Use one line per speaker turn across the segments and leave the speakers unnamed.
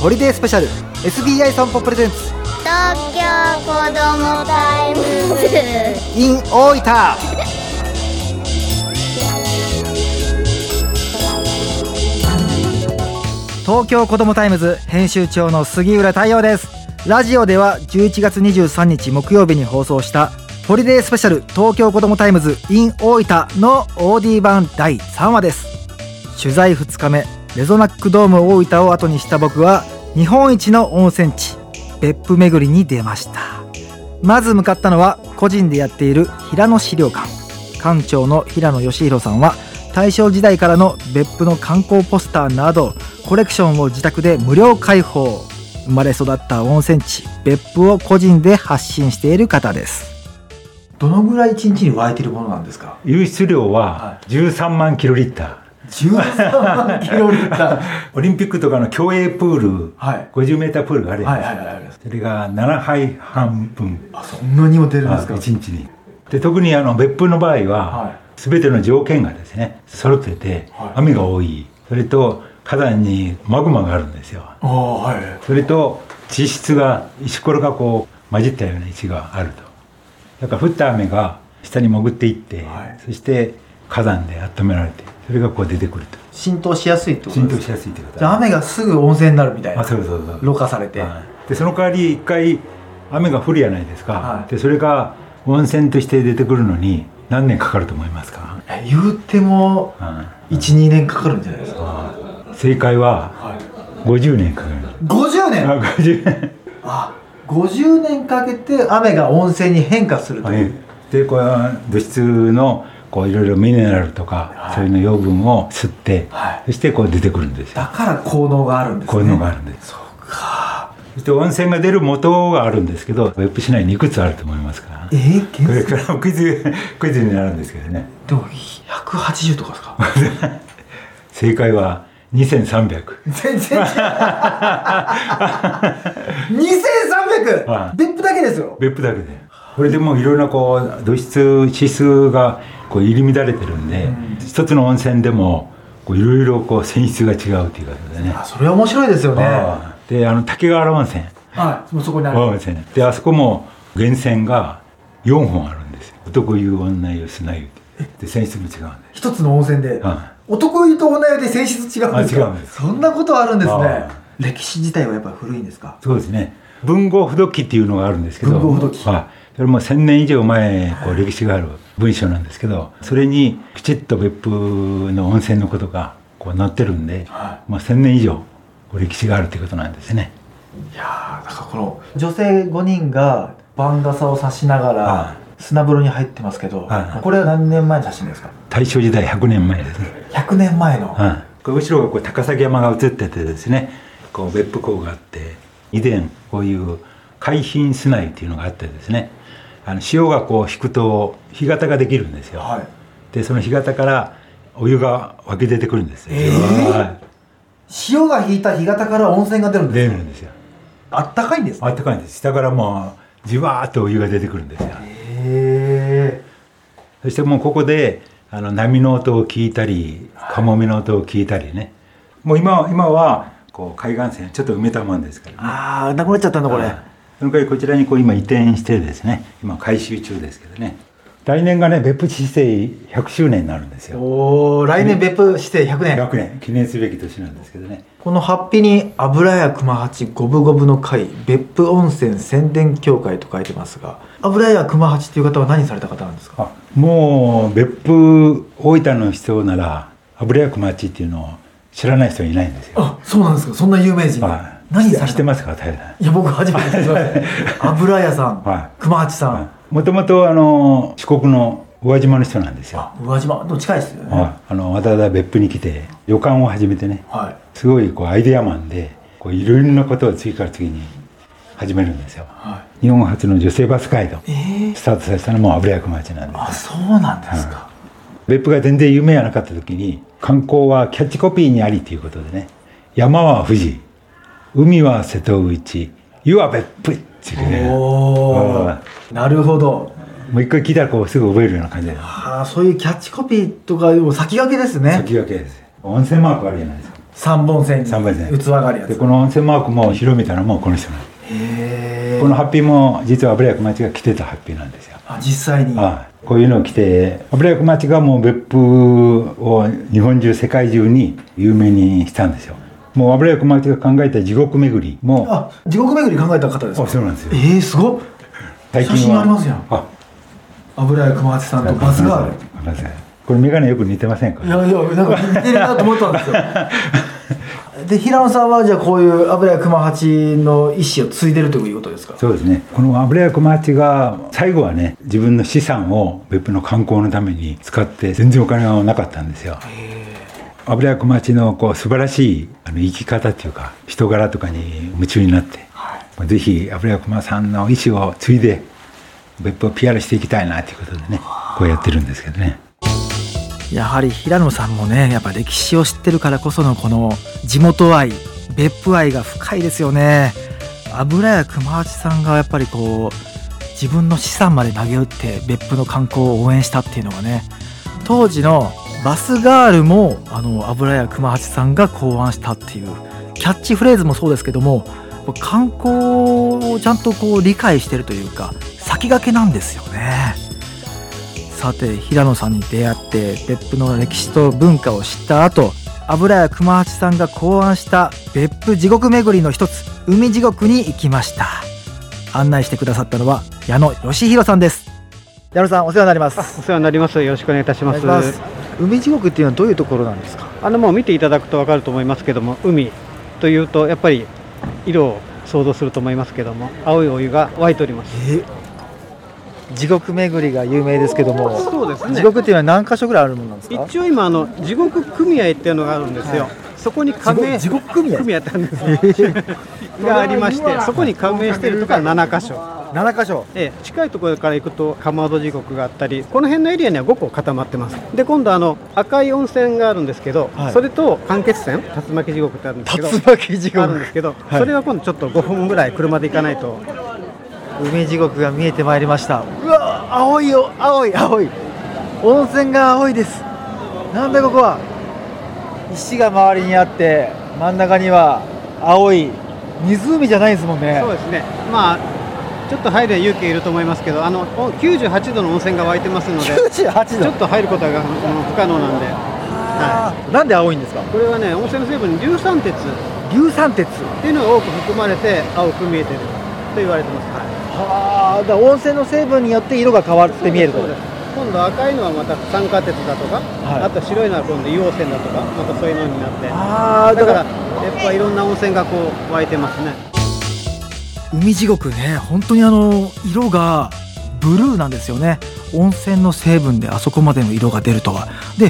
ホリデースペシャル SBI 散歩プレゼンツ
東京子供タイムズ
in 大分東京子どもタイムズ編集長の杉浦太陽ですラジオでは11月23日木曜日に放送したホリデースペシャル東京子どもタイムズ in 大分の OD 版第3話です取材2日目レゾナックドーム大分を後にした僕は日本一の温泉地別府巡りに出ましたまず向かったのは個人でやっている平野資料館館長の平野義弘さんは大正時代からの別府の観光ポスターなどコレクションを自宅で無料開放生まれ育った温泉地別府を個人で発信している方ですどのぐらい一日に湧いてるものなんですか
湧出量
は
は13万キロリッター。
13万キロリッター
オリンピックとかの競泳プール、
はい
50メータープールがあるやん、
はいはい
それが7杯半分、
あそんなにも出
あ1日に。で、特にあの別府の場合
はい
は、すべての条件がですね、揃ってて
はい、
雨が多い、それと火山にマグマがあるんですよ。
ああはい
それと地質が石ころがこう混じったような石があるとだから降った雨が下に潜っていって、
はい
そして火山で温められてそれがこう出てくると
浸透しやすいってこと
浸
です
透
か
しやすいというこ
じゃあ
と
雨がすぐ温泉になるみたい
あ
な
そうそうそう
ろ過されて、
はいでその代わり一回雨が降るやないですか、
はい
でそれが温泉として出てくるのに何年かかると思いますか、
え言うても
はい
12年かかるんじゃないですか、
正解は50年かかる
50
あ
年
50年
あ50年かけて雨が温泉に変化すると
は
いう、
い、でこう物質のこういろいろミネラルとか、
はい
そういうの養分を吸って、
はい
そしてこう出てくるんです
だ
よ
から効能があるんですね
こういうのがあるんです
そうか
そして温泉が出る元があるんですけど別府市内にいくつあると思いますか
えー、
これ
現
からもクイズクイズになるんですけどね
でも180とかですか
正解は2300
全然違う2300、
は
別府だけですよ
別府だけでこれでもういろんなこう土質指数がこう入り乱れてるんで、一つの温泉でもこういろいろこう泉質が違うということでね
あそれは面白いですよねは
ああであの竹川温泉
いもうそこにある
そうですねであそこも源泉が4本あるんですよ男湯女湯砂湯ってで泉質も違うんで
一つの温泉で、
は
男湯と女湯で性質違うんですよ
あ違うんです
そんなことあるんですね
ああ
歴史自体はやっぱり古いんですか
そうですね文豪不読記っていうのがあるんですけど
文豪不読記
はいそれも1000年以上前こう歴史がある文章なんですけどそれにきちっと別府の温泉のことがこう載ってるんで、
は
まあ、1000年以上こう歴史があるということなんですね
いやーなんかこの女性5人が番傘を差しながら
は
砂風呂に入ってますけど、
はい
これは何年前の写真ですか
大正時代100年前ですね
100年前の、
はい、これ後ろがこう高崎山が映っててですねこう別府港があって以前こういう海浜砂湯っていうのがあってですねあの潮がこう引くと干潟ができるんですよ、
はい
でその干潟からお湯が湧き出てくるんですよ、
えー潮が引いた干潟から温泉が出るんで
出
す
る
か
んですよ
あったかいんです
あ
ね
ったかいんです下からもうじわーっとお湯が出てくるんですよ
へ
そしてもうここであの波の音を聞いたりカモメの音を聞いたりねもう今は今はこう海岸線ちょっと埋めたもんですから
ーああなくなっちゃったんだこれ、
はいその代わりこちらにこう今移転してですね今改修中ですけどね来年がね別府市政100周年になるんですよ
おお来年別府市政100年
100年記念すべき年なんですけどね
このハッピに油屋熊八五分五分の会別府温泉宣伝協会と書いてますが油屋熊八っていう方は何された方なんですか
あもう別府大分の人なら油屋町っていうのを知らない人いないんですよ
あそうなんですかそんな有名人
はい
何され
してて
ま
ますか平さん
いや僕初めて聞きました油屋さん、
は
熊八さん、
もともとあの四国の宇和島の人なんですよ
宇和島でも近いですよね
はいあのわざわざ別府に来て旅館を始めてね
は
すごいこうアイデアマンでこういろいろなことを次から次に始めるんですよ
い、は
日本初の女性バスガイド
い、えー、
スタートさせたのも油役町なんで
あそうなんですか、
別府が全然有名やなかった時に観光はキャッチコピーにありということでね山は富士海は瀬戸内湯は別府っていうね
お
は
おなるほど
もう一回聞いたらこうすぐ覚えるような感じで
あーそういうキャッチコピーとかでも先駆けですね
先駆けです温泉マークあるじゃないですか
三本線に
三本線
器があるや
で
つ
この温泉マークも広めたのもこの人なんです
へえ
このハッピーも実は油屋小町が着てたハッピーなんですよ
あ実際に
ああこういうのを着て油屋小町がもう別府を日本中世界中に有名にしたんですよもう油屋小町が考えた地獄巡りも
あ地獄巡り考えた方です
あ
か
そうなんですよ
ええすごっ写真ありますやん
あ
油屋熊八さんとバスがある
ごめんなさいこれ眼鏡よく似てませんか
いやいやなんか似てるなと思ったんで すよで平野さんはじゃあこういう油屋熊八の意思を継いでるということですか
そうですねこの油屋小町が最後はね自分の資産を別府の観光のために使って全然お金がなかったんですよ油屋小町のこう素晴らしいあの生き方というか人柄とかに夢中になって、ぜひ油屋小町さんの意思を継いで別府を PR していきたいなということでねこうやってるんですけどね
やはり平野さんもねやっぱ歴史を知ってるからこそのこの地元愛別府愛が深いですよね油屋熊八さんがやっぱりこう自分の資産まで投げ打って別府の観光を応援したっていうのがね当時のバスガールもあの油屋熊八さんが考案したっていうキャッチフレーズもそうですけども観光をちゃんとこう理解してるというか先駆けなんですよね。さて平野さんに出会って別府の歴史と文化を知った後油屋熊八さんが考案した別府地獄巡りの一つ海地獄に行きました案内してくださったのは矢野義弘さんです矢野さんお世話になります
お世話になります。よろしくお願いいたします。
お願いします海地獄っていうのはどういうところなんですか
あのもう見ていただくとわかると思いますけども、海というとやっぱり色を想像すると思いますけども、青いお湯が湧いております。
地獄巡りが有名ですけども
そうです
地獄っていうのは何箇所ぐらいあるものなんですか
一応今あの地獄組合っていうのがあるんですよ。そこに加盟
地獄組合
組合ってあるんですよがありまして、そこに加盟しているところが7箇所。
7箇所
ええ近いところから行くと釜戸地獄があったりこの辺のエリアには5個固まってますで今度あの赤い温泉があるんですけど、
はい
それと間欠泉竜巻地獄ってあるんですけど
竜巻地
あるん
獄
ですけど、それは今度ちょっと5分ぐらい車で行かないと
海地獄が見えてまいりましたうわ青いよ青い青い温泉が青いですなんだここは石が周りにあって真ん中には青い湖じゃないですもんね
そうですねまあちょっと入る勇気いると思いますけどあのお98度の温泉が湧いてますので
98
ちょ
度
っと入ることがあの不可能なんで、は
なんで青いんですか
い、これはね温泉の成分に硫酸鉄っ
硫酸鉄
ていうのが多く含まれて青く見えてると言われてます、はい
はあだから温泉の成分によって色が変わって見えると
そうです今度赤いのはまた酸化鉄だとか、
い
あと白いのは今度硫黄泉だとかまたそういうのになって
ああ
だ
だ
か
からら
やっぱいろんな温泉がこう湧いてますね
海地獄ね本当にあの色がブルーなんですよね温泉の成分であそこまでの色が出るとはで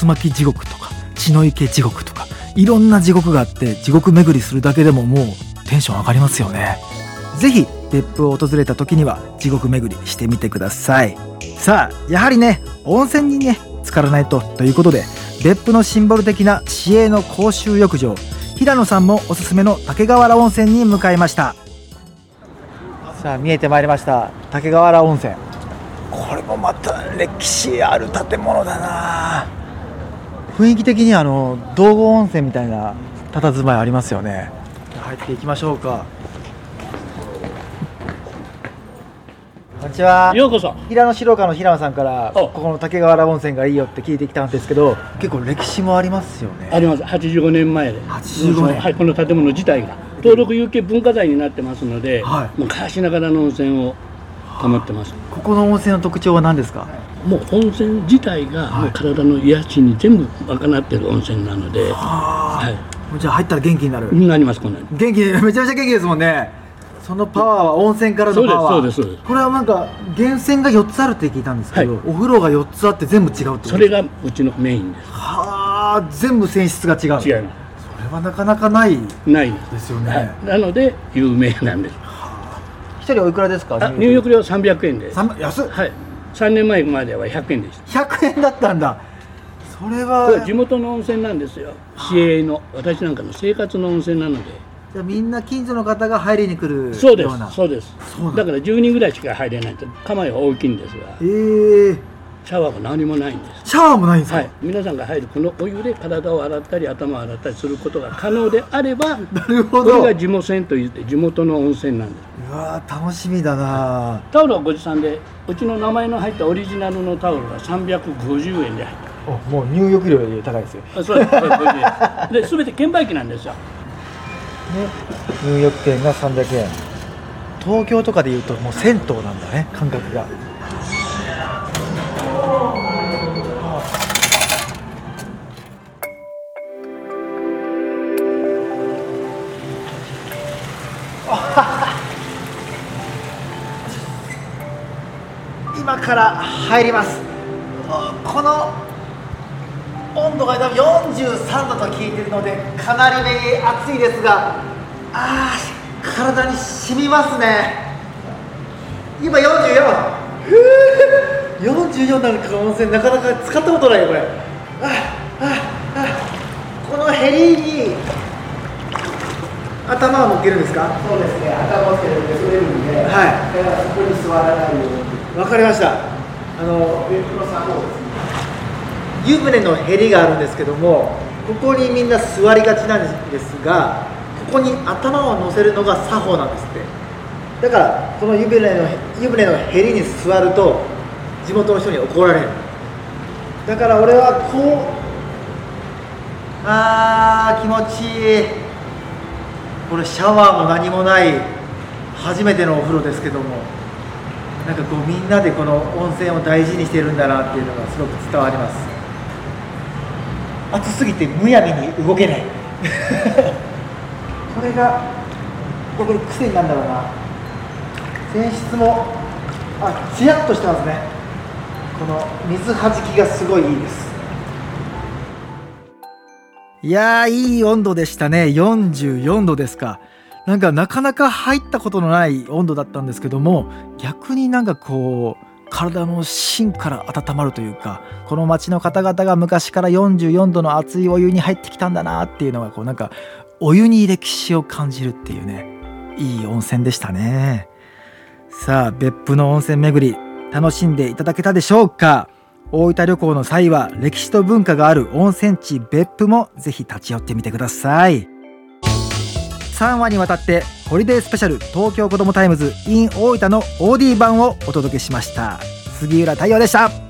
竜巻地獄とか血の池地獄とかいろんな地獄があって地獄巡りするだけでももうテンション上がりますよねぜひ別府を訪れた時には地獄巡りしてみてくださいさあやはりね温泉にね浸からないとということで別府のシンボル的な市営の公衆浴場平野さんもおすすめの竹瓦温泉に向かいましたさあ見えてまいりました竹瓦温泉これもまた歴史ある建物だな雰囲気的にあの道後温泉みたいな佇まいありますよね入っていきましょうかこんにちは
ようこそ
平野白岡の平野さんから
お
ここの竹瓦温泉がいいよって聞いてきたんですけど結構歴史もありますよ
あ
ね
ります85年前で
85年
はい、この建物自体が登録有形文化財になってますので、
は
昔ながらの温泉を保ってます
ここの温泉の特徴は何ですか
もう温泉自体がもう体の癒しに全部賄ってる温泉なので、は
じゃあ入ったら元気になる
い、なりますこんなに
元気 めちゃめちゃ元気ですもんねそのパワーは温泉からのパワー
そうですそうですそうです
これはなんか源泉が4つあるって聞いたんですけど、
はい
お風呂が4つあって全部違うってこと
それがうちのメインで
はあ全部泉質が違う
す違いま
それはなかなかない
すないです
ですよね、
はい、なので有名なんです
一人おいくらですか
あ入浴料300円で、
三安っ
はい、3年前までは100円でした
100円だったんだそれ
これは
は
地元の温泉なんですよ市営の私なんかの生活の温泉なので
じゃあみんな近所の方が入りに来るような
そうですそうです
そうなんだ
だから10人ぐらいしか入れないと構えは大きいんですが
ええー、
シャワーは何もないんです
シャワーもないんですか、
はい、皆さんが入るこのお湯で体を洗ったり頭を洗ったりすることが可能であれば
なるほ
こ
ど
れ
うわ
が地元泉といって地元の温泉なんです
ー楽しみだな
タオルはご持参でうちの名前の入ったオリジナルのタオルが350円で入っ
おもう入浴料より高いですよ
たあそうです350円で全て券売機なんですよ
入浴券が300円東京とかでいうともう銭湯なんだね感覚が今から入りますこの温度が多分43度と聞いてるのでかなりめに暑いですがあー体に染みますね今44ふう44なの か温泉なかなか使ったことないよこれあーあーあーこのヘリに頭を乗っけるんですかそうですね頭を乗っけるんでそれるんではいだからそこに座らないようにわかりましたあの湯船のへりがあるんですけどもここにみんな座りがちなんですがここに頭を乗せるのが作法なんですってだからこの湯船の湯船のへりに座ると地元の人に怒られるだから俺はこうあー気持ちいいこれシャワーも何もない初めてのお風呂ですけどもなんかこうみんなでこの温泉を大事にしてるんだなっていうのがすごく伝わります暑すぎてむやみに動けない これがこれ癖になるんだろうな泉質もあツヤっとしてますねこの水はじきがすごいいいです
いやーいい温度でしたね44度ですかなんかなかなか入ったことのない温度だったんですけども逆になんかこう体の芯から温まるというかこの町の方々が昔から44度の熱いお湯に入ってきたんだなっていうのがこうなんかお湯に歴史を感じるっていうねいい温泉でしたねさあ別府の温泉巡り楽しんでいただけたでしょうか大分旅行の際は歴史と文化がある温泉地別府もぜひ立ち寄ってみてください3話にわたってホリデースペシャル東京子どもタイムズ in 大分の OD 版をお届けしました杉浦太陽でした